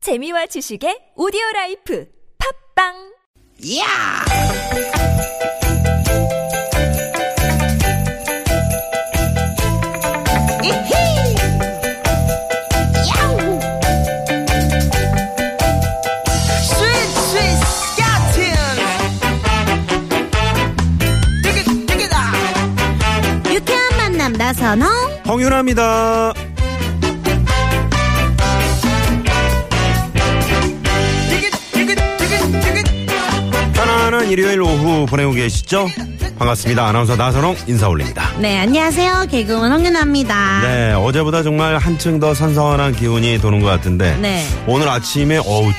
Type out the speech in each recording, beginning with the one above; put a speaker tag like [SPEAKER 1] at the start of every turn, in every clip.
[SPEAKER 1] 재미와 지식의 오디오 라이프 팝빵
[SPEAKER 2] 야! 이히! 야우! 스윗 스윗 스캇틴! 뜨기 뜨기다!
[SPEAKER 3] 유쾌한 만남 나선홍
[SPEAKER 4] 홍윤아입니다.
[SPEAKER 2] 뜨기 뜨기 뜨기 뜨기
[SPEAKER 4] 편안한 일요일 오후 보내고 계시죠? 반갑습니다. 아나운서 나선홍 인사 올립니다.
[SPEAKER 3] 네 안녕하세요 개그우먼 홍윤아입니다
[SPEAKER 4] 네, 어제보다 정말 한층 더 선선한 기운이 도는 것 같은데
[SPEAKER 3] 네.
[SPEAKER 4] 오늘 아침에 어우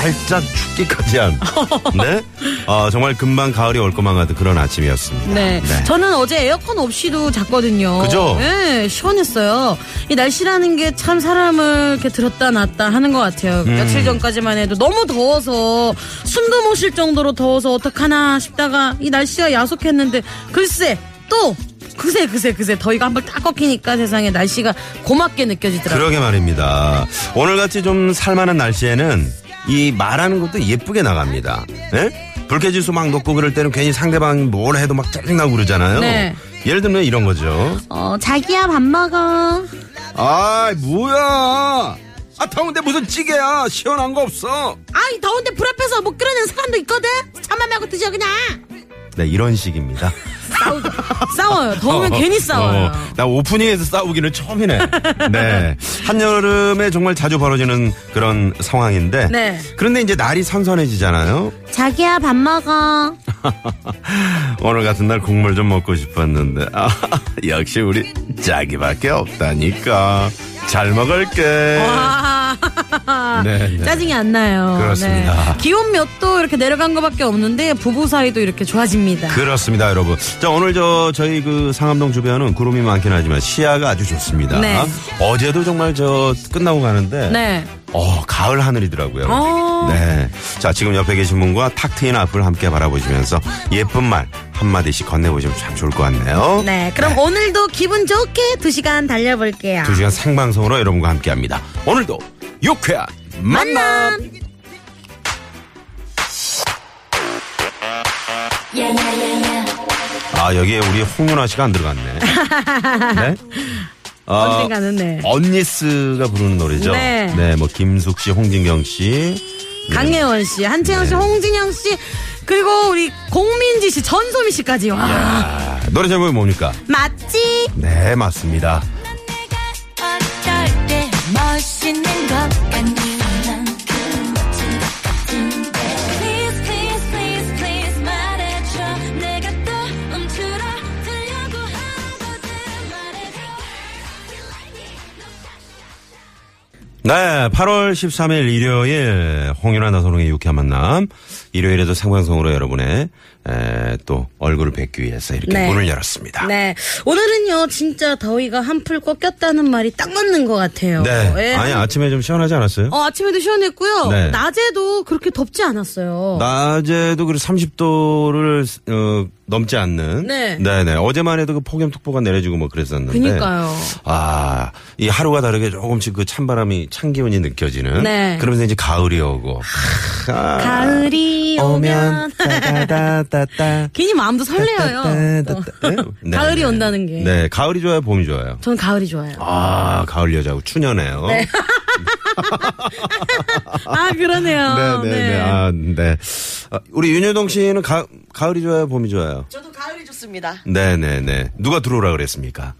[SPEAKER 4] 살짝 춥기까지 한 네? 어, 정말 금방 가을이 올 것만 같은 그런 아침이었습니다.
[SPEAKER 3] 네.
[SPEAKER 4] 네.
[SPEAKER 3] 저는 어제 에어컨 없이도 잤거든요
[SPEAKER 4] 그죠?
[SPEAKER 3] 네 시원했어요 이 날씨라는 게 참 사람을 이렇게 들었다 놨다 하는 것 같아요
[SPEAKER 4] 음.
[SPEAKER 3] 며칠 전까지만 해도 너무 더워서 숨도 못 쉴 정도로 더워서 어떡하나 싶다가 이 날씨가 야속했는데 글쎄 또 그새 그새 그새 더위가 한 번 딱 꺾이니까 세상에 날씨가 고맙게 느껴지더라고요
[SPEAKER 4] 그러게 말입니다. 오늘같이 좀 살만한 날씨에는 이 말하는 것도 예쁘게 나갑니다. 예? 불쾌지수 막 높고 그럴 때는 괜히 상대방이 뭘 해도 막 짜증나고 그러잖아요.
[SPEAKER 3] 네.
[SPEAKER 4] 예를 들면 이런 거죠.
[SPEAKER 3] 어 자기야 밥 먹어
[SPEAKER 4] 아 뭐야 아 더운데 무슨 찌개야 시원한 거 없어
[SPEAKER 3] 아이 더운데 불 앞에서 못 그러는 사람도 있거든 참아 말고 드셔 그냥
[SPEAKER 4] 네 이런 식입니다
[SPEAKER 3] 싸워요 더우면
[SPEAKER 4] 어,
[SPEAKER 3] 괜히 싸워요
[SPEAKER 4] 어, 나 오프닝에서 싸우기는 처음이네 네 한여름에 정말 자주 벌어지는 그런 상황인데
[SPEAKER 3] 네.
[SPEAKER 4] 그런데 이제 날이 선선해지잖아요
[SPEAKER 3] 자기야 밥 먹어
[SPEAKER 4] 오늘 같은 날 국물 좀 먹고 싶었는데 아, 역시 우리 자기밖에 없다니까 잘 먹을게
[SPEAKER 3] 와
[SPEAKER 4] 네, 네.
[SPEAKER 3] 아, 짜증이 안 나요
[SPEAKER 4] 그렇습니다.
[SPEAKER 3] 네. 기온 몇 도 이렇게 내려간 것밖에 없는데 부부 사이도 이렇게 좋아집니다
[SPEAKER 4] 그렇습니다, 여러분. 자, 오늘 저 저희 그 상암동 주변은 구름이 많긴 하지만 시야가 아주 좋습니다.
[SPEAKER 3] 네.
[SPEAKER 4] 어제도 정말 저 끝나고 가는데
[SPEAKER 3] 네
[SPEAKER 4] 어, 가을 하늘이더라고요.
[SPEAKER 3] 어.
[SPEAKER 4] 네. 자, 지금 옆에 계신 분과 탁 트인 앞을 함께 바라보시면서 예쁜 말 한마디씩 건네보시면 참 좋을 것 같네요.
[SPEAKER 3] 네, 그럼 오늘도 기분 좋게 두시간 달려볼게요
[SPEAKER 4] 두 시간 생방송으로 여러분과 함께 합니다. 오늘도 유쾌한 만남!
[SPEAKER 3] 만남
[SPEAKER 4] 아, 여기에 우리 홍윤아 씨가 안 들어갔네. 네? 아,
[SPEAKER 3] 언젠가는 네
[SPEAKER 4] 언니스가 부르는 노래죠.
[SPEAKER 3] 네.
[SPEAKER 4] 뭐 김숙 씨, 홍진경 씨. 네,
[SPEAKER 3] 강예원 씨, 한채영 씨, 홍진영 씨, 그리고 우리 공민지 씨, 전소미 씨까지. 와.
[SPEAKER 4] 아, 노래 제목이 뭡니까?
[SPEAKER 3] 맞지?
[SPEAKER 4] 네, 맞습니다.
[SPEAKER 5] 어떨 때 멋있는 것 같니 만큼 멋진 것 같은데 Please please please please 말해줘 내가 또 움츠러 들려고 하거든 말해줘
[SPEAKER 4] 네, 8월 13일 일요일 홍윤아 나선홍의 유쾌한 만남. 일요일에도 생방송으로 여러분의 에, 또 얼굴을 뵙기 위해서 이렇게
[SPEAKER 3] 네.
[SPEAKER 4] 문을 열었습니다.
[SPEAKER 3] 네. 오늘은요, 진짜 더위가 한풀 꺾였다는 말이 딱 맞는 것 같아요.
[SPEAKER 4] 네.
[SPEAKER 3] 예.
[SPEAKER 4] 아니, 아침에 좀 시원하지 않았어요?
[SPEAKER 3] 어, 아침에도 시원했고요.
[SPEAKER 4] 네.
[SPEAKER 3] 낮에도 그렇게 덥지 않았어요.
[SPEAKER 4] 낮에도 그 30도를 어, 넘지 않는
[SPEAKER 3] 네.
[SPEAKER 4] 네네 어제만 해도 그 폭염특보가 내려지고 뭐 그랬었는데
[SPEAKER 3] 그니까요.
[SPEAKER 4] 아이 하루가 다르게 조금씩 그 찬바람이 찬 기운이 느껴지는
[SPEAKER 3] 네.
[SPEAKER 4] 그러면서 이제 가을이 오고
[SPEAKER 3] 가을이 오면.
[SPEAKER 4] 따다다다다
[SPEAKER 3] 괜히 마음도 설레어요. 어. 가을이 온다는 게.
[SPEAKER 4] 네 가을이 좋아요 봄이 좋아요
[SPEAKER 3] 전 가을이 좋아요.
[SPEAKER 4] 아 가을 여자고 추녀네요
[SPEAKER 3] 아, 어, 그러네요.
[SPEAKER 4] 네네네 아, 네. 아, 우리 윤여동 씨는 가, 가을이 좋아요 봄이 좋아요
[SPEAKER 6] 저도 가을이 좋습니다.
[SPEAKER 4] 네네네. 누가 들어오라 그랬습니까?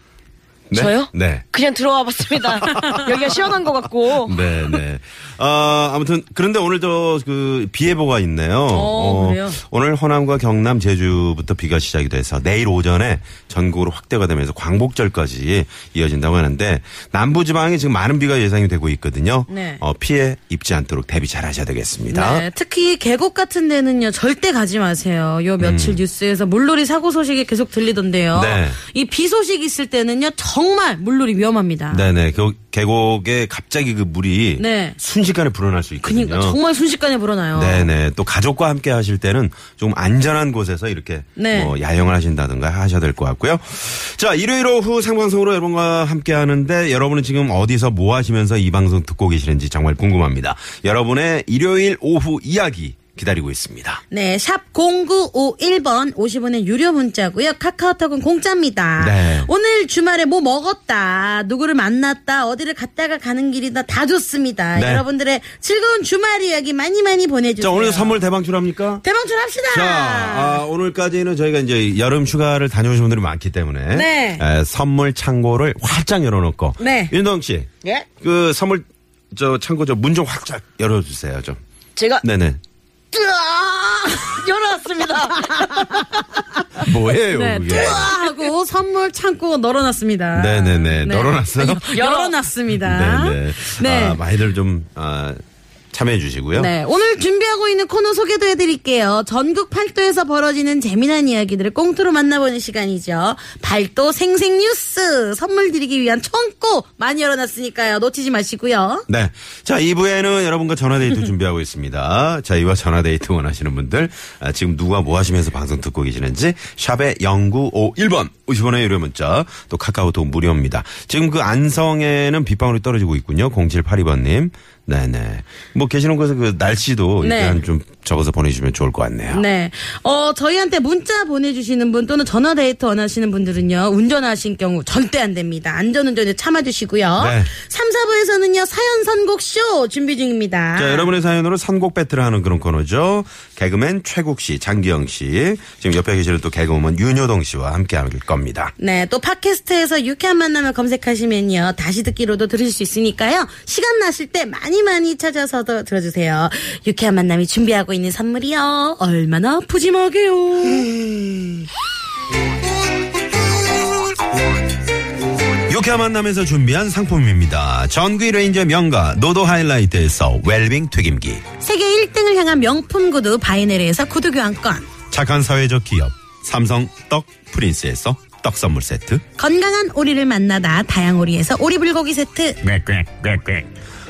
[SPEAKER 4] 네?
[SPEAKER 6] 저요?
[SPEAKER 4] 네.
[SPEAKER 6] 그냥 들어와 봤습니다. 여기가 시원한 것 같고.
[SPEAKER 4] 네네. 아, 아무튼, 그런데 오늘 저, 그, 비 예보가 있네요.
[SPEAKER 3] 어, 그래요?
[SPEAKER 4] 오늘 호남과 경남, 제주부터 비가 시작이 돼서 내일 오전에 전국으로 확대가 되면서 광복절까지 이어진다고 하는데 남부지방에 지금 많은 비가 예상이 되고 있거든요.
[SPEAKER 3] 네.
[SPEAKER 4] 어, 피해 입지 않도록 대비 잘 하셔야 되겠습니다.
[SPEAKER 3] 네, 특히 계곡 같은 데는요 절대 가지 마세요. 요 며칠 뉴스에서 물놀이 사고 소식이 계속 들리던데요.
[SPEAKER 4] 음. 네.
[SPEAKER 3] 이 비 소식 있을 때는요 저 정말 물놀이 위험합니다.
[SPEAKER 4] 네네. 그 계곡에 갑자기 그 물이
[SPEAKER 3] 네.
[SPEAKER 4] 순식간에 불어날 수 있거든요.
[SPEAKER 3] 그니까 정말 순식간에 불어나요.
[SPEAKER 4] 네네. 또 가족과 함께 하실 때는 좀 안전한 곳에서 이렇게
[SPEAKER 3] 네.
[SPEAKER 4] 뭐 야영을 하신다든가 하셔야 될 것 같고요. 자, 일요일 오후 생방송으로 여러분과 함께 하는데 여러분은 지금 어디서 뭐 하시면서 이 방송 듣고 계시는지 정말 궁금합니다. 여러분의 일요일 오후 이야기 기다리고 있습니다.
[SPEAKER 3] 네, 샵 0951번 50원의 유료 문자고요. 카카오톡은 공짜입니다.
[SPEAKER 4] 네.
[SPEAKER 3] 오늘 주말에 뭐 먹었다, 누구를 만났다, 어디를 갔다가 가는 길이다 다 좋습니다.
[SPEAKER 4] 네.
[SPEAKER 3] 여러분들의 즐거운 주말 이야기 많이 많이 보내주세요.
[SPEAKER 4] 자, 오늘 선물 대방출합니까?
[SPEAKER 3] 대방출 합시다.
[SPEAKER 4] 자, 아, 오늘까지는 저희가 이제 여름 휴가를 다녀오신 분들이 많기 때문에
[SPEAKER 3] 네.
[SPEAKER 4] 에, 선물 창고를 활짝 열어놓고
[SPEAKER 3] 네.
[SPEAKER 4] 윤동 씨,
[SPEAKER 6] 예?
[SPEAKER 4] 그 선물 저 창고 저 문 좀 확짝 열어주세요 좀.
[SPEAKER 6] 제가
[SPEAKER 4] 네네.
[SPEAKER 6] 뜨아! 열어왔습니다.
[SPEAKER 4] 뭐예요
[SPEAKER 3] 네,
[SPEAKER 4] 그게?
[SPEAKER 3] 하고 선물 창고 널어놨습니다.
[SPEAKER 4] 네네네. 널어놨어요?
[SPEAKER 3] 열어놨습니다.
[SPEAKER 4] 네네.
[SPEAKER 3] 네.
[SPEAKER 4] 아, 많이들 좀 아, 참여해 주시고요.
[SPEAKER 3] 네, 오늘 준비하고 있는 코너 소개도 해드릴게요. 전국 팔도에서 벌어지는 재미난 이야기들을 꽁트로 만나보는 시간이죠. 팔도 생생뉴스 선물 드리기 위한 청구 많이 열어놨으니까요. 놓치지 마시고요.
[SPEAKER 4] 네. 자, 2부에는 여러분과 전화데이트 준비하고 있습니다. 자, 이와 전화데이트 원하시는 분들, 아, 지금 누가 뭐 하시면서 방송 듣고 계시는지, 샵에 0951번, 50원의 유료 문자, 또 카카오톡 무료입니다. 지금 그 안성에는 빗방울이 떨어지고 있군요. 0782번님. 네네. 뭐 계시는 곳에 그 날씨도
[SPEAKER 3] 네.
[SPEAKER 4] 일단 좀 적어서 보내주시면 좋을 것 같네요.
[SPEAKER 3] 네. 어, 저희한테 문자 보내주시는 분 또는 전화 데이트 원하시는 분들은요, 운전하신 경우 절대 안 됩니다. 안전운전에 참아주시고요.
[SPEAKER 4] 네.
[SPEAKER 3] 삼 3, 4부에서는요, 사연 선곡쇼 준비 중입니다.
[SPEAKER 4] 자, 여러분의 사연으로 선곡 배틀을 하는 그런 코너죠. 개그맨 최국 씨, 장기영 씨, 지금 옆에 계시는 또 개그우먼 윤효동 씨와 함께 할 겁니다.
[SPEAKER 3] 네, 또 팟캐스트에서 유쾌한 만남을 검색하시면요. 다시 듣기로도 들으실 수 있으니까요. 시간 나실 때 많이 많이 찾아서도 들어주세요. 유쾌한 만남이 준비하고 있는 선물이요. 얼마나 푸짐하게요.
[SPEAKER 4] 유쾌한 만남에서 준비한 상품입니다. 전기 레인저 명가 노도 하이라이트에서 웰빙 튀김기
[SPEAKER 3] 세계 1등을 향한 명품 구두 바이네르에서 구두 교환권.
[SPEAKER 4] 착한 사회적 기업 삼성 떡 프린스에서 떡 선물 세트
[SPEAKER 3] 건강한 오리를 만나다 다양오리에서 오리불고기 세트.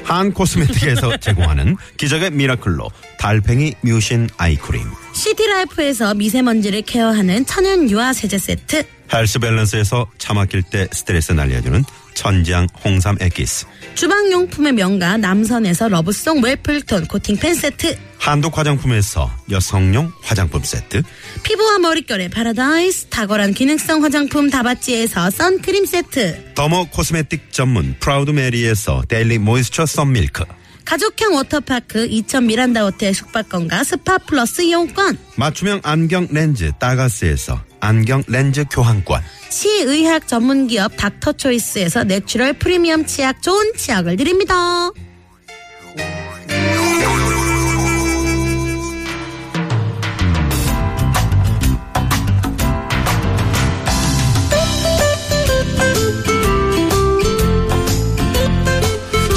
[SPEAKER 4] 한 코스메틱에서 제공하는 기적의 미라클로 달팽이 뮤신 아이크림
[SPEAKER 3] 시티라이프에서 미세먼지를 케어하는 천연 유화 세제 세트.
[SPEAKER 4] 헬스 밸런스에서 차 막힐 때 스트레스 날려주는 천장 홍삼 액기스
[SPEAKER 3] 주방용품의 명가 남선에서 러브송 웰플톤 코팅팬 세트.
[SPEAKER 4] 한독 화장품에서 여성용 화장품 세트
[SPEAKER 3] 피부와 머릿결의 파라다이스 탁월한 기능성 화장품 다바찌에서 선크림 세트
[SPEAKER 4] 더머 코스메틱 전문 프라우드 메리에서 데일리 모이스처 썬밀크
[SPEAKER 3] 가족형 워터파크 2000 미란다 호텔 숙박권과 스파 플러스 이용권
[SPEAKER 4] 맞춤형 안경 렌즈 따가스에서 안경 렌즈 교환권
[SPEAKER 3] 치의학 전문기업 닥터초이스에서 내추럴 프리미엄 치약 좋은 치약을 드립니다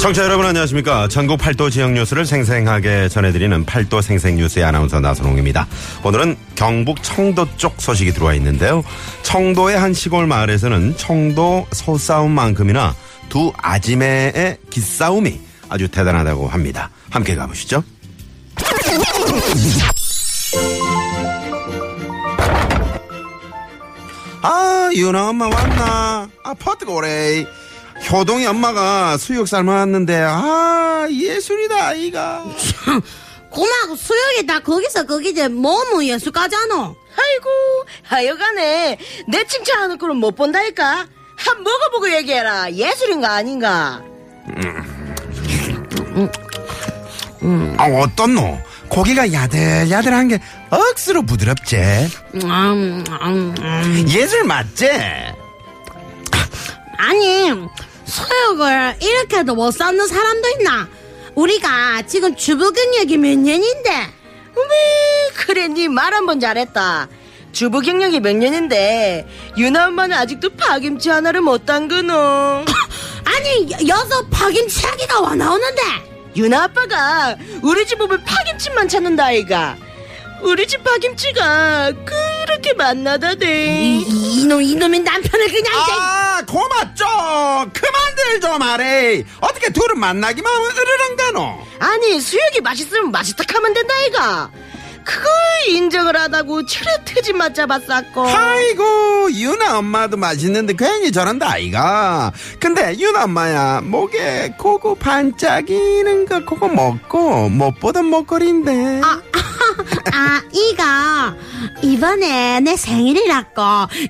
[SPEAKER 4] 청취자 여러분 안녕하십니까 전국 팔도 지역 뉴스를 생생하게 전해드리는 팔도 생생 뉴스의 아나운서 나선홍입니다 오늘은 경북 청도 쪽 소식이 들어와 있는데요 청도의 한 시골 마을에서는 청도 소싸움만큼이나 두 아지매의 기싸움이 아주 대단하다고 합니다 함께 가보시죠 아, 유나 엄마 왔나? 아파 뜨거래. 효동이 엄마가 수육 삶아왔는데, 아, 예술이다, 아이가.
[SPEAKER 3] 고마고 수영이 다 거기서 거기지 뭐뭐 예술가잖아
[SPEAKER 6] 아이고, 하여간에 내 칭찬하는 꼴은 못 본다니까. 한 먹어보고 얘기해라. 예술인가 아닌가.
[SPEAKER 4] 아, 어떻노? 고기가 야들야들한 게 억수로 부드럽지?
[SPEAKER 3] 음, 음, 음.
[SPEAKER 4] 예술 맞지?
[SPEAKER 3] 아니 수육을 이렇게도 못 삶는 사람도 있나 우리가 지금 주부 경력이 몇 년인데
[SPEAKER 6] 우메, 그래, 니 말 한 번 잘했다. 주부 경력이 몇 년인데, 유나 엄마는 아직도 파김치 하나를 못 담그노.
[SPEAKER 3] 아니 여- 여기서 파김치하기가 와 나오는데
[SPEAKER 6] 유나 아빠가 우리 집 오면 파김치만 찾는다, 아이가. 우리 집 파김치가 그렇게 이렇게 만나다 대
[SPEAKER 3] 이, 이놈 이놈의 남편을 그냥
[SPEAKER 4] 아, 고맙죠. 그만들 좀 하래. 어떻게 둘은 만나기만 하면 으르렁대노.
[SPEAKER 6] 아니 수육이 맛있으면 맛있다 하면 된다 이가 그걸 인정을 하다고 차례 트집 맞잡았었고
[SPEAKER 4] 아이고, 유나 엄마도 맛있는데 괜히 저런다, 아이가. 근데 유나 엄마야, 목에 고고 반짝이는 거 그거 먹고 못 보던 먹거리인데.
[SPEAKER 7] 아, 이거 이번에 내 생일이라고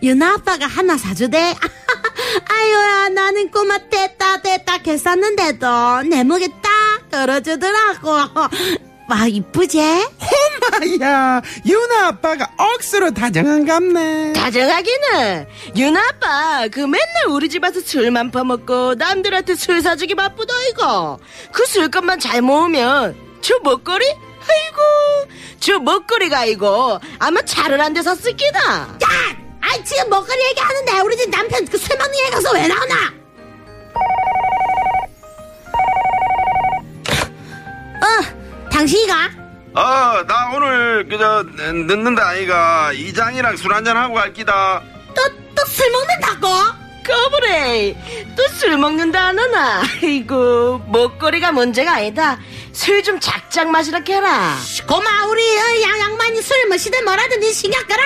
[SPEAKER 7] 유나 아빠가 하나 사주대. 아유야, 나는 꼬마 됐다 됐다 했었는데도 내 목에 딱 걸어주더라고. 와, 이쁘지?
[SPEAKER 4] 엄마야, 유나 아빠가 억수로 다정한갑네.
[SPEAKER 6] 다정하기는 윤 아빠 그 맨날 우리 집에서 술만 퍼먹고 남들한테 술 사주기 바쁘다 이거 그 술값만 잘 모으면 저 먹거리 아이고 저 먹거리가 이거 아마 차를 안 돼서 쓰기다
[SPEAKER 7] 야, 아 지금 먹거리 얘기하는데 우리 집 남편 그 술 먹는 얘기 가서 왜 나오나? 어, 당신이가?
[SPEAKER 4] 어, 나 오늘 그저 늦는다 아이가 이장이랑 술 한잔 하고 갈 기다.
[SPEAKER 7] 또 또 술 먹는다고?
[SPEAKER 6] 거부레 또 술 먹는다 하나 아이고 먹거리가 문제가 아니다 술 좀 작작 마시라 캐라
[SPEAKER 7] 고마 우리 어, 양 양반이 술을 마시든 뭐라든지 신경 꺼라.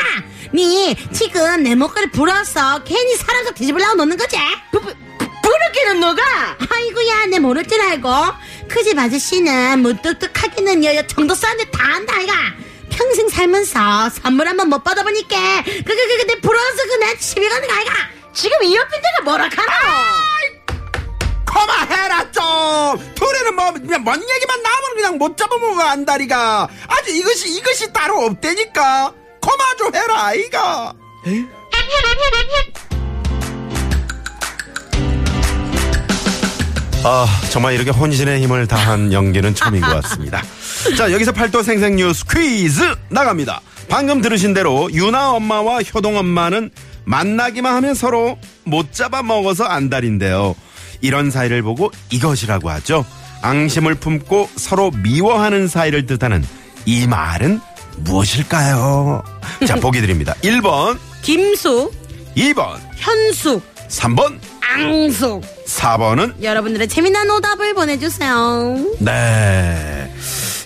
[SPEAKER 7] 니 지금 내 목걸이 불어서 괜히 사람도 뒤집으려고 노는 거지?
[SPEAKER 6] 부르기는 누가
[SPEAKER 7] 아이고야 내 모를 줄 알고 그 집 아저씨는 무뚝뚝하기는 여여 정도 사람들 다 안다 아이가 평생 살면서 선물 한 번 못 받아보니까 그그그 내 부러워서 그내 집에 가는 거 아이가
[SPEAKER 6] 지금 이 옆에 내가 뭐라 카노
[SPEAKER 4] 그만해라 좀. 둘이는 뭐 그냥 뭔 얘기만 나오면 그냥 못 잡아먹어 안다리가. 아주 이것이 이것이 따로 없대니까. 그만 좀 해라 아이가. 아 정말 이렇게 혼신의 힘을 다한 연기는 처음인 것 같습니다. 자 여기서 팔도 생생 뉴스 퀴즈 나갑니다. 방금 들으신 대로 유나 엄마와 효동 엄마는 만나기만 하면 서로 못 잡아 먹어서 안달인데요. 이런 사이를 보고 이것이라고 하죠. 앙심을 품고 서로 미워하는 사이를 뜻하는 이 말은 무엇일까요? 자 보기 드립니다. 1번,
[SPEAKER 3] 김숙
[SPEAKER 4] 2번,
[SPEAKER 3] 현숙
[SPEAKER 4] 3번,
[SPEAKER 3] 앙숙
[SPEAKER 4] 4번은
[SPEAKER 7] 여러분들의 재미난 오답을 보내주세요
[SPEAKER 4] 네.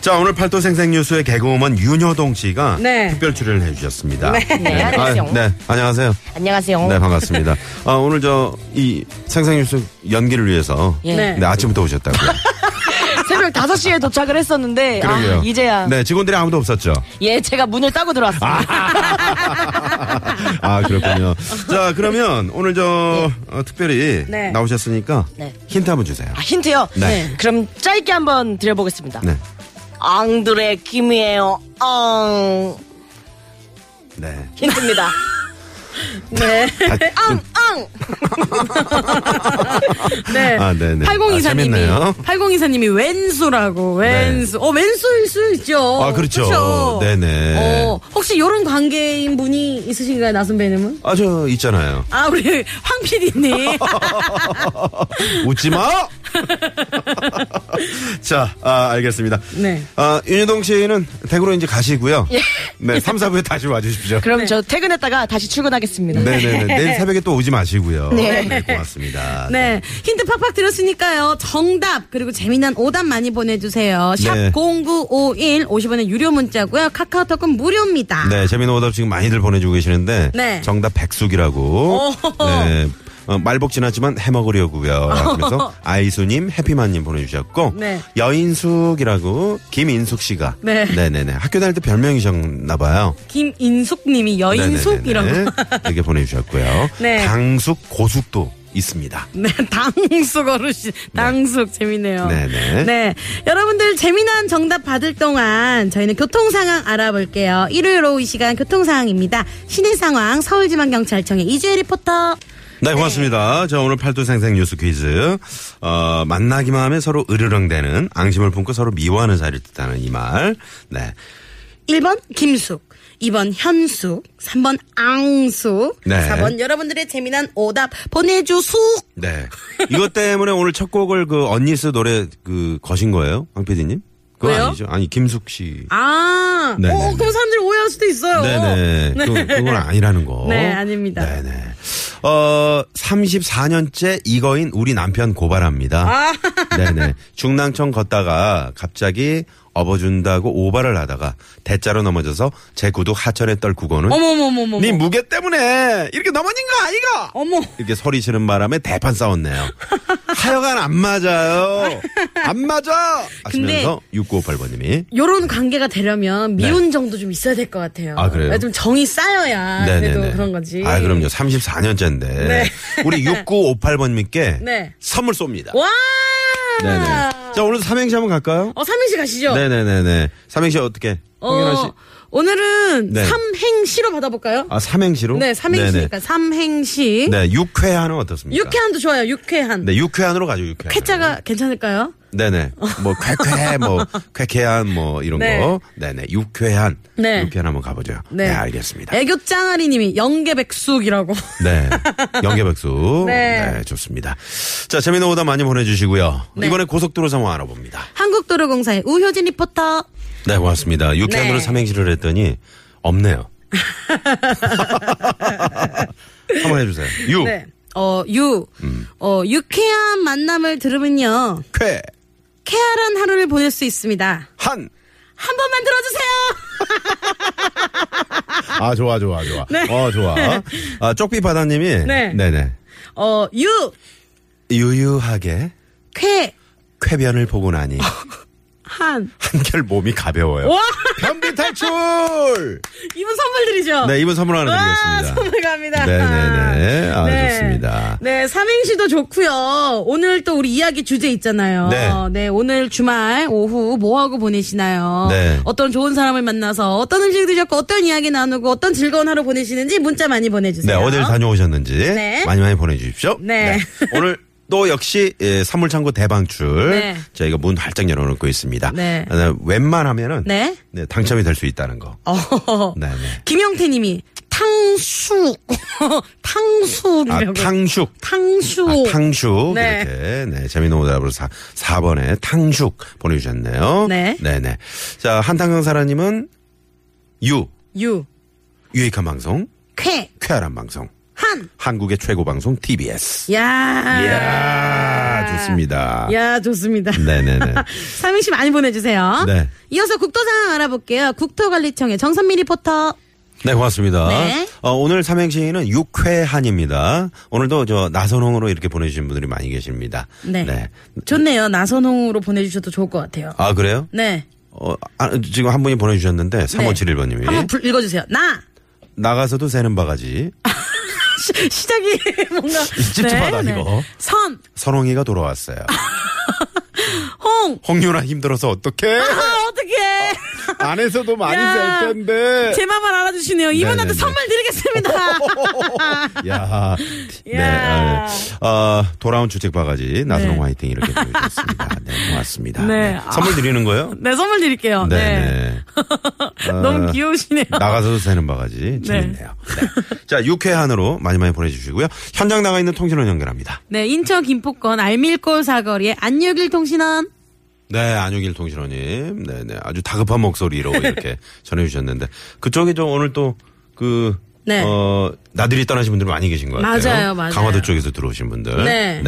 [SPEAKER 4] 자, 오늘 팔도 생생 뉴스의 개그우먼 윤여동 씨가
[SPEAKER 3] 네.
[SPEAKER 4] 특별 출연을 해주셨습니다. 네.
[SPEAKER 6] 안녕하세요.
[SPEAKER 4] 아, 네, 안녕하세요.
[SPEAKER 6] 안녕하세요
[SPEAKER 4] 네, 반갑습니다. 아, 오늘 저, 이 생생 뉴스 연기를 위해서.
[SPEAKER 3] 네.
[SPEAKER 4] 네, 아침부터 오셨다고요.
[SPEAKER 6] 새벽 5시에 도착을 했었는데 아,
[SPEAKER 4] 그러게요. 네, 아. 직원들이 아무도 없었죠.
[SPEAKER 6] 예 제가 문을 따고 들어왔어요
[SPEAKER 4] 아, 그렇군요. 자, 그러면 오늘 저, 어, 특별히
[SPEAKER 3] 네.
[SPEAKER 4] 나오셨으니까.
[SPEAKER 6] 네.
[SPEAKER 4] 힌트 한번 주세요.
[SPEAKER 6] 아, 힌트요
[SPEAKER 4] 네.
[SPEAKER 6] 그럼 짧게 한번 드려보겠습니다
[SPEAKER 4] 네.
[SPEAKER 6] 앙드레 김이에요 앙
[SPEAKER 4] 네.
[SPEAKER 6] 힌트입니다
[SPEAKER 3] 네.
[SPEAKER 4] 아,
[SPEAKER 6] 음.
[SPEAKER 4] 좀-
[SPEAKER 6] 앙
[SPEAKER 3] 네.
[SPEAKER 4] 아, 네네.
[SPEAKER 3] 8024님이
[SPEAKER 4] 아, 재밌네요. 네.
[SPEAKER 3] 8024님이 왼수라고 왼수. 어 왼수일 수 있죠.
[SPEAKER 4] 아, 그렇죠.
[SPEAKER 3] 어, 그쵸?
[SPEAKER 4] 네네.
[SPEAKER 3] 어 혹시 이런 관계인 분이 있으신가요 나선배님은?
[SPEAKER 4] 아, 저, 있잖아요.
[SPEAKER 3] 아 우리 황 PD님.
[SPEAKER 4] 웃지 마! 자, 아, 알겠습니다.
[SPEAKER 3] 네. 예.
[SPEAKER 4] 아, 윤여동 씨는 댁으로 이제 가시고요. 네, 3, 4부에 다시 와주십시오.
[SPEAKER 6] 그럼 저 퇴근했다가 다시 출근하겠습니다
[SPEAKER 4] 네네네. 내일 새벽에 또 오지 마시고요. 네. 고맙습니다.
[SPEAKER 3] 네. 힌트 팍팍 드렸으니까요. 정답, 그리고 재미난 오답 많이 보내주세요.
[SPEAKER 4] 네.
[SPEAKER 3] 샵0951, 50원의 유료 문자고요 카카오톡은 무료입니다.
[SPEAKER 4] 네, 재미있는 오답 지금 많이들 보내주고 계시는데.
[SPEAKER 3] 네.
[SPEAKER 4] 정답 백숙이라고.
[SPEAKER 3] 오호호.
[SPEAKER 4] 네. 어, 말복 지났지만 해먹으려고요. 그래서 아이수님, 해피만님 보내주셨고
[SPEAKER 3] 네.
[SPEAKER 4] 여인숙이라고 김인숙 씨가
[SPEAKER 3] 네.
[SPEAKER 4] 네네네 학교 다닐 때 별명이셨나 봐요.
[SPEAKER 3] 김인숙님이 어, 여인숙이라고.
[SPEAKER 4] 네네네네. 이렇게 보내주셨고요.
[SPEAKER 3] 네.
[SPEAKER 4] 당숙 고숙도 있습니다.
[SPEAKER 3] 네, 당숙 어르신. 당숙, 재밌네요.
[SPEAKER 4] 네. 네네.
[SPEAKER 3] 네. 여러분들 재미난 정답 받을 동안 저희는 교통상황 알아볼게요. 일요일 오후 이 시간 교통상황입니다. 시내 상황 서울지방경찰청의 이주혜 리포터.
[SPEAKER 4] 네, 고맙습니다. 자, 오늘 팔도생생 뉴스 퀴즈. 어, 만나기만 하면 서로 으르렁대는 앙심을 품고 서로 미워하는 사이를 뜻하는 이 말. 네.
[SPEAKER 3] 1번 김숙, 2번 현숙, 3번 앙숙,
[SPEAKER 4] 네.
[SPEAKER 3] 4번 여러분들의 재미난 오답 보내주숙.
[SPEAKER 4] 네. 이것 때문에 오늘 첫 곡을 그 언니스 노래 그 거신 거예요? 황 PD님? 그거
[SPEAKER 3] 왜요?
[SPEAKER 4] 아니죠? 아니, 김숙 씨.
[SPEAKER 3] 아, 거잖아.
[SPEAKER 4] 네네.
[SPEAKER 3] 어, 그럼 사람들이 오해할 수도 있어요.
[SPEAKER 4] 네네.
[SPEAKER 3] 네.
[SPEAKER 4] 그, 그건 아니라는 거.
[SPEAKER 3] 네, 아닙니다.
[SPEAKER 4] 네네. 어, 34년째 이거인 우리 남편
[SPEAKER 3] 아.
[SPEAKER 4] 고발합니다. 네네. 중랑천 걷다가 갑자기 업어준다고 오바를 하다가 대자로 넘어져서 제 구독 하천에 떨 구거는
[SPEAKER 3] 어머머머머.
[SPEAKER 4] 네 무게 때문에 이렇게 넘어진 거 아이가?
[SPEAKER 3] 어머.
[SPEAKER 4] 이렇게 소리치는 바람에 대판 싸웠네요. 하여간 안 맞아요. 안 맞아. 하시면서 6958번님이
[SPEAKER 3] 요런 관계가 되려면 미운 정도 좀 있어야 될 것 같아요.
[SPEAKER 4] 네. 아, 그래요? 네,
[SPEAKER 3] 좀 정이 쌓여야 아, 그래도 그런 거지.
[SPEAKER 4] 아, 그럼요. 34년째인데. 우리 6958번님께
[SPEAKER 3] 네.
[SPEAKER 4] 선물 쏩니다.
[SPEAKER 3] 와!
[SPEAKER 4] 네네. 자, 오늘도 삼행시 한번 갈까요?
[SPEAKER 3] 어, 삼행시 가시죠.
[SPEAKER 4] 네네네네. 삼행시 어떻게? 홍윤아 씨.
[SPEAKER 3] 어, 오늘은
[SPEAKER 4] 네.
[SPEAKER 3] 삼행시로 받아볼까요?
[SPEAKER 4] 아, 삼행시로?
[SPEAKER 3] 네, 삼행시니까
[SPEAKER 4] 네네.
[SPEAKER 3] 삼행시.
[SPEAKER 4] 네, 육회한은 어떻습니까?
[SPEAKER 3] 육회한도 좋아요. 육회한.
[SPEAKER 4] 네, 육회한으로 가죠, 육회한.
[SPEAKER 3] 쾌자가 괜찮을까요?
[SPEAKER 4] 네네. 뭐, 쾌쾌, 뭐, 쾌쾌한, 뭐, 이런
[SPEAKER 3] 네.
[SPEAKER 4] 거. 네네. 육회한.
[SPEAKER 3] 네.
[SPEAKER 4] 육회한 한번 가보죠. 네. 알겠습니다.
[SPEAKER 3] 애교 짱아리님이 영계백숙이라고.
[SPEAKER 4] 네. 영계백수.
[SPEAKER 3] 네.
[SPEAKER 4] 네. 좋습니다. 자, 재미있는 오다 많이 보내주시고요.
[SPEAKER 3] 네.
[SPEAKER 4] 이번에 고속도로 상황 알아봅니다.
[SPEAKER 3] 한국도로공사의 우효진 리포터.
[SPEAKER 4] 네, 고맙습니다. 육회한으로
[SPEAKER 3] 네.
[SPEAKER 4] 삼행시를 했더니, 없네요. 한번 해주세요. 육,
[SPEAKER 3] 네. 어, 유.
[SPEAKER 4] 음.
[SPEAKER 3] 어, 유쾌한 만남을 들으면요.
[SPEAKER 4] 쾌,
[SPEAKER 3] 쾌활한 하루를 보낼 수 있습니다.
[SPEAKER 4] 한.
[SPEAKER 3] 한 번만 들어주세요!
[SPEAKER 4] 아, 좋아, 좋아, 좋아. 어, 좋아. 아, 쪽비바다님이.
[SPEAKER 3] 네.
[SPEAKER 4] 네네.
[SPEAKER 3] 어, 유,
[SPEAKER 4] 유유하게
[SPEAKER 3] 쾌,
[SPEAKER 4] 쾌변을 보고 나니.
[SPEAKER 3] 한.
[SPEAKER 4] 한결 몸이 가벼워요.
[SPEAKER 3] 와!
[SPEAKER 4] 변비 탈출!
[SPEAKER 3] 이분 선물 드리죠?
[SPEAKER 4] 네, 이분 선물 하나
[SPEAKER 3] 어. 와,
[SPEAKER 4] 드리겠습니다.
[SPEAKER 3] 선물 갑니다.
[SPEAKER 4] 네네네. 아, 좋습니다.
[SPEAKER 3] 네, 삼행시도 좋고요. 오늘 또 우리 이야기 주제 있잖아요.
[SPEAKER 4] 네.
[SPEAKER 3] 오늘 주말 오후 뭐 하고 보내시나요?
[SPEAKER 4] 네.
[SPEAKER 3] 어떤 좋은 사람을 만나서 어떤 음식 드셨고 어떤 이야기 나누고 어떤 즐거운 하루 보내시는지 문자 많이
[SPEAKER 4] 네,
[SPEAKER 3] 보내주세요.
[SPEAKER 4] 어딜 다녀오셨는지
[SPEAKER 3] 네.
[SPEAKER 4] 많이 많이 보내주십시오.
[SPEAKER 3] 네.
[SPEAKER 4] 오늘 또 역시 예, 사물창고 대방출
[SPEAKER 3] 네.
[SPEAKER 4] 저희가 문 활짝 열어놓고 있습니다.
[SPEAKER 3] 네.
[SPEAKER 4] 아, 네, 웬만하면은
[SPEAKER 3] 네.
[SPEAKER 4] 네, 당첨이 될 수 있다는 거.
[SPEAKER 3] 어.
[SPEAKER 4] 네, 네.
[SPEAKER 3] 김영태님이 탕수, 탕수라고.
[SPEAKER 4] 아 탕숙.
[SPEAKER 3] 탕수.
[SPEAKER 4] 아, 탕숙
[SPEAKER 3] 네.
[SPEAKER 4] 이렇게 네 재미있는 오답으로 4, 4번에 탕숙 보내주셨네요.
[SPEAKER 3] 네.
[SPEAKER 4] 네네. 자 한탄강사라님은 유
[SPEAKER 3] 유,
[SPEAKER 4] 유익한 방송
[SPEAKER 3] 쾌,
[SPEAKER 4] 쾌활한 방송
[SPEAKER 3] 한.
[SPEAKER 4] 한국의 최고 방송 TBS.
[SPEAKER 3] 야.
[SPEAKER 4] 이야
[SPEAKER 3] 아.
[SPEAKER 4] 좋습니다.
[SPEAKER 3] 야, 좋습니다.
[SPEAKER 4] 네네네.
[SPEAKER 3] 삼행시 많이 보내주세요.
[SPEAKER 4] 네.
[SPEAKER 3] 이어서 국토 상황 알아볼게요. 국토관리청의 정선미 리포터.
[SPEAKER 4] 네, 고맙습니다.
[SPEAKER 3] 네.
[SPEAKER 4] 어, 오늘 삼행시는 육회한입니다. 오늘도 저 나선홍으로 이렇게 보내주신 분들이 많이 계십니다.
[SPEAKER 3] 네. 좋네요. 나선홍으로 보내주셔도 좋을 것 같아요.
[SPEAKER 4] 아, 그래요?
[SPEAKER 3] 네.
[SPEAKER 4] 어, 아, 지금 한 분이 보내주셨는데,
[SPEAKER 3] 네.
[SPEAKER 4] 3571번님이.
[SPEAKER 3] 한번 불- 읽어주세요. 나!
[SPEAKER 4] 나가서도 새는 바가지.
[SPEAKER 3] 시, 시작이 뭔가. 네,
[SPEAKER 4] 찝찝하다, 이거.
[SPEAKER 3] 선,
[SPEAKER 4] 선홍이가 돌아왔어요.
[SPEAKER 3] 홍.
[SPEAKER 4] 홍윤아 힘들어서 어떡해?
[SPEAKER 3] 아, 어떡해.
[SPEAKER 4] 안에서도 많이
[SPEAKER 3] 야.
[SPEAKER 4] 셀 텐데.
[SPEAKER 3] 제 맘을 알아주시네요. 이분한테
[SPEAKER 4] 어. 네네네.
[SPEAKER 3] 선물 드리겠습니다.
[SPEAKER 4] 야, 네.
[SPEAKER 3] 야.
[SPEAKER 4] 아, 어, 돌아온 주책 바가지. 나선홍 화이팅 이렇게 보내주셨습니다. 네, 고맙습니다.
[SPEAKER 3] 네.
[SPEAKER 4] 네. 선물 드리는 거예요?
[SPEAKER 3] 네, 선물 드릴게요. 네.
[SPEAKER 4] 네네.
[SPEAKER 3] 너무
[SPEAKER 4] 아,
[SPEAKER 3] 귀여우시네요.
[SPEAKER 4] 나가서도 새는 바가지 재밌네요. 네. 자, 육회한으로 많이 많이 보내주시고요. 현장 나가 있는 통신원 연결합니다.
[SPEAKER 3] 네, 인천 김포권 알밀골 사거리의 안유길 통신원.
[SPEAKER 4] 네, 안용일 통신원님. 네네. 아주 다급한 목소리로 이렇게 전해주셨는데. 그쪽에 좀 오늘 또 그,
[SPEAKER 3] 네.
[SPEAKER 4] 어, 나들이 떠나신 분들 많이 계신 것 같아요.
[SPEAKER 3] 맞아요, 맞아요.
[SPEAKER 4] 강화도 쪽에서 들어오신 분들.
[SPEAKER 3] 네.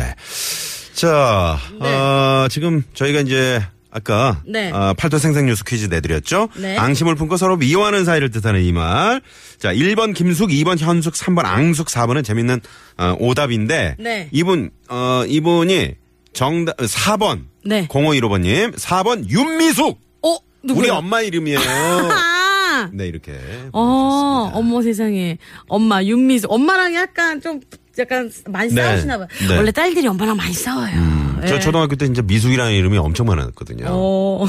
[SPEAKER 4] 자, 아, 지금 저희가 이제 아까
[SPEAKER 3] 네.
[SPEAKER 4] 아, 팔도 생생 뉴스 퀴즈 내드렸죠?
[SPEAKER 3] 네.
[SPEAKER 4] 앙심을 품고 서로 미워하는 사이를 뜻하는 이 말. 자, 1번 김숙, 2번 현숙, 3번 앙숙, 4번은 재밌는 어, 오답인데
[SPEAKER 3] 네.
[SPEAKER 4] 이분 어, 이분이 정답 4번
[SPEAKER 3] 네.
[SPEAKER 4] 0515번님 4번 윤미숙
[SPEAKER 3] 어, 누구요?
[SPEAKER 4] 우리 엄마 이름이에요.
[SPEAKER 3] 아!
[SPEAKER 4] 네 이렇게.
[SPEAKER 3] 어,
[SPEAKER 4] 보내주셨습니다.
[SPEAKER 3] 어머 세상에. 엄마, 윤미수. 엄마랑 약간 좀, 약간 많이
[SPEAKER 4] 네.
[SPEAKER 3] 싸우시나 봐요.
[SPEAKER 4] 네. 음,
[SPEAKER 3] 원래 딸들이 엄마랑 많이 싸워요.
[SPEAKER 4] 저
[SPEAKER 3] 예.
[SPEAKER 4] 초등학교 때 진짜 미숙이라는 이름이 엄청 많았거든요.
[SPEAKER 3] 어.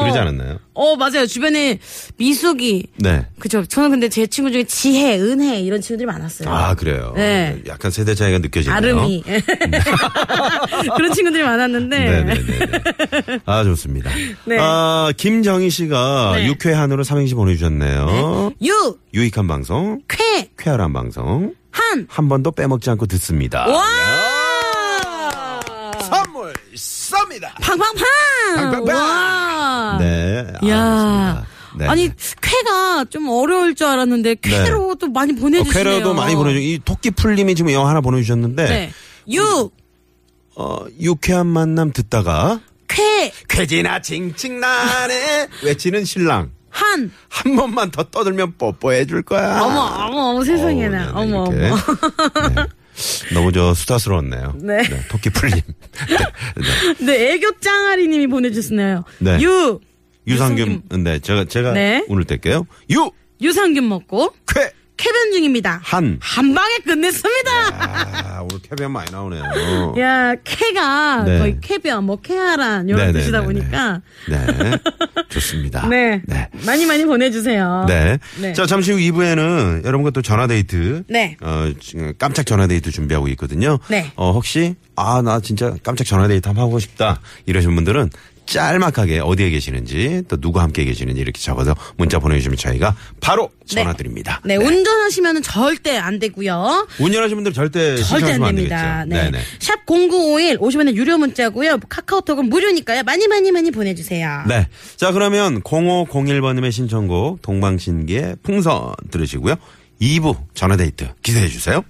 [SPEAKER 4] 그러지 않았나요?
[SPEAKER 3] 어, 맞아요. 주변에 미숙이.
[SPEAKER 4] 네.
[SPEAKER 3] 그죠. 저는 근데 제 친구 중에 지혜, 은혜 이런 친구들이 많았어요.
[SPEAKER 4] 아 그래요.
[SPEAKER 3] 네.
[SPEAKER 4] 약간 세대 차이가 느껴지네요.
[SPEAKER 3] 아름이. 그런 친구들이 많았는데.
[SPEAKER 4] 네네네. 아 좋습니다.
[SPEAKER 3] 네.
[SPEAKER 4] 아 김정희 씨가
[SPEAKER 3] 네.
[SPEAKER 4] 육회한으로 삼행시 보내주셨네요.
[SPEAKER 3] 유,
[SPEAKER 4] 유익한 방송,
[SPEAKER 3] 쾌,
[SPEAKER 4] 쾌활한 방송,
[SPEAKER 3] 한.
[SPEAKER 4] 한 번도 빼먹지 않고 듣습니다.
[SPEAKER 3] 와!
[SPEAKER 4] 선물 쏩니다.
[SPEAKER 3] 팡팡팡!
[SPEAKER 4] 팡팡팡!
[SPEAKER 3] 와!
[SPEAKER 4] 네.
[SPEAKER 3] 이야.
[SPEAKER 4] 알겠습니다. 네.
[SPEAKER 3] 아니 쾌가 좀 어려울 줄 알았는데 쾌로 또 많이
[SPEAKER 4] 어,
[SPEAKER 3] 보내주시네요.
[SPEAKER 4] 쾌라도 많이 보내주. 이 토끼 풀님이 지금 영화 하나 보내주셨는데
[SPEAKER 3] 네. 유
[SPEAKER 4] 어, 유쾌한 만남 듣다가
[SPEAKER 3] 쾌,
[SPEAKER 4] 쾌지나 징징나네 외치는 신랑
[SPEAKER 3] 한.
[SPEAKER 4] 한 번만 더 떠들면 뽀뽀해 줄 거야.
[SPEAKER 3] 어머, 어머, 어머, 세상에나.
[SPEAKER 4] 어, 네, 네,
[SPEAKER 3] 어머,
[SPEAKER 4] 이렇게.
[SPEAKER 3] 어머.
[SPEAKER 4] 네. 너무 저 수다스러웠네요.
[SPEAKER 3] 네.
[SPEAKER 4] 토끼 풀님. 네, 네.
[SPEAKER 3] 네, 애교 짱아리 님이 보내주시네요.
[SPEAKER 4] 네.
[SPEAKER 3] 유.
[SPEAKER 4] 유산균. 네, 제가 제가
[SPEAKER 3] 네.
[SPEAKER 4] 오늘 뗄게요.
[SPEAKER 3] 유산균 먹고,
[SPEAKER 4] 유쾌
[SPEAKER 3] 쾌변 중입니다.
[SPEAKER 4] 한.
[SPEAKER 3] 한 방에 끝냈습니다.
[SPEAKER 4] 아, 오늘 쾌변 많이 나오네요.
[SPEAKER 3] 야, 쾌가
[SPEAKER 4] 네.
[SPEAKER 3] 거의 쾌변, 뭐, 쾌하란, 이런
[SPEAKER 4] 네, 네,
[SPEAKER 3] 뜻이다
[SPEAKER 4] 네,
[SPEAKER 3] 보니까.
[SPEAKER 4] 네. 좋습니다.
[SPEAKER 3] 네. 많이 많이 보내주세요.
[SPEAKER 4] 네.
[SPEAKER 3] 네.
[SPEAKER 4] 자, 잠시 후 2부에는 여러분과 또 전화데이트.
[SPEAKER 3] 네.
[SPEAKER 4] 어, 지금 깜짝 전화데이트 준비하고 있거든요.
[SPEAKER 3] 네.
[SPEAKER 4] 어, 혹시, 아, 나 진짜 깜짝 전화데이트 한번 하고 싶다. 이러신 분들은 짤막하게 어디에 계시는지 또 누구 함께 계시는지 이렇게 적어서 문자 보내주시면 저희가 바로 전화드립니다.
[SPEAKER 3] 네, 운전하시면 절대 안 되고요.
[SPEAKER 4] 운전하시는 분들 절대
[SPEAKER 3] 절대 안
[SPEAKER 4] 신청하시면 안
[SPEAKER 3] 됩니다.
[SPEAKER 4] 되겠죠.
[SPEAKER 3] 네.
[SPEAKER 4] 네네.
[SPEAKER 3] 샵 0951, 50원의 유료 문자고요. 카카오톡은 무료니까요. 많이 많이 많이 보내주세요.
[SPEAKER 4] 네. 자, 그러면 0501번님의 신청곡 동방신기의 풍선 들으시고요. 2부 전화데이트 기대해 주세요.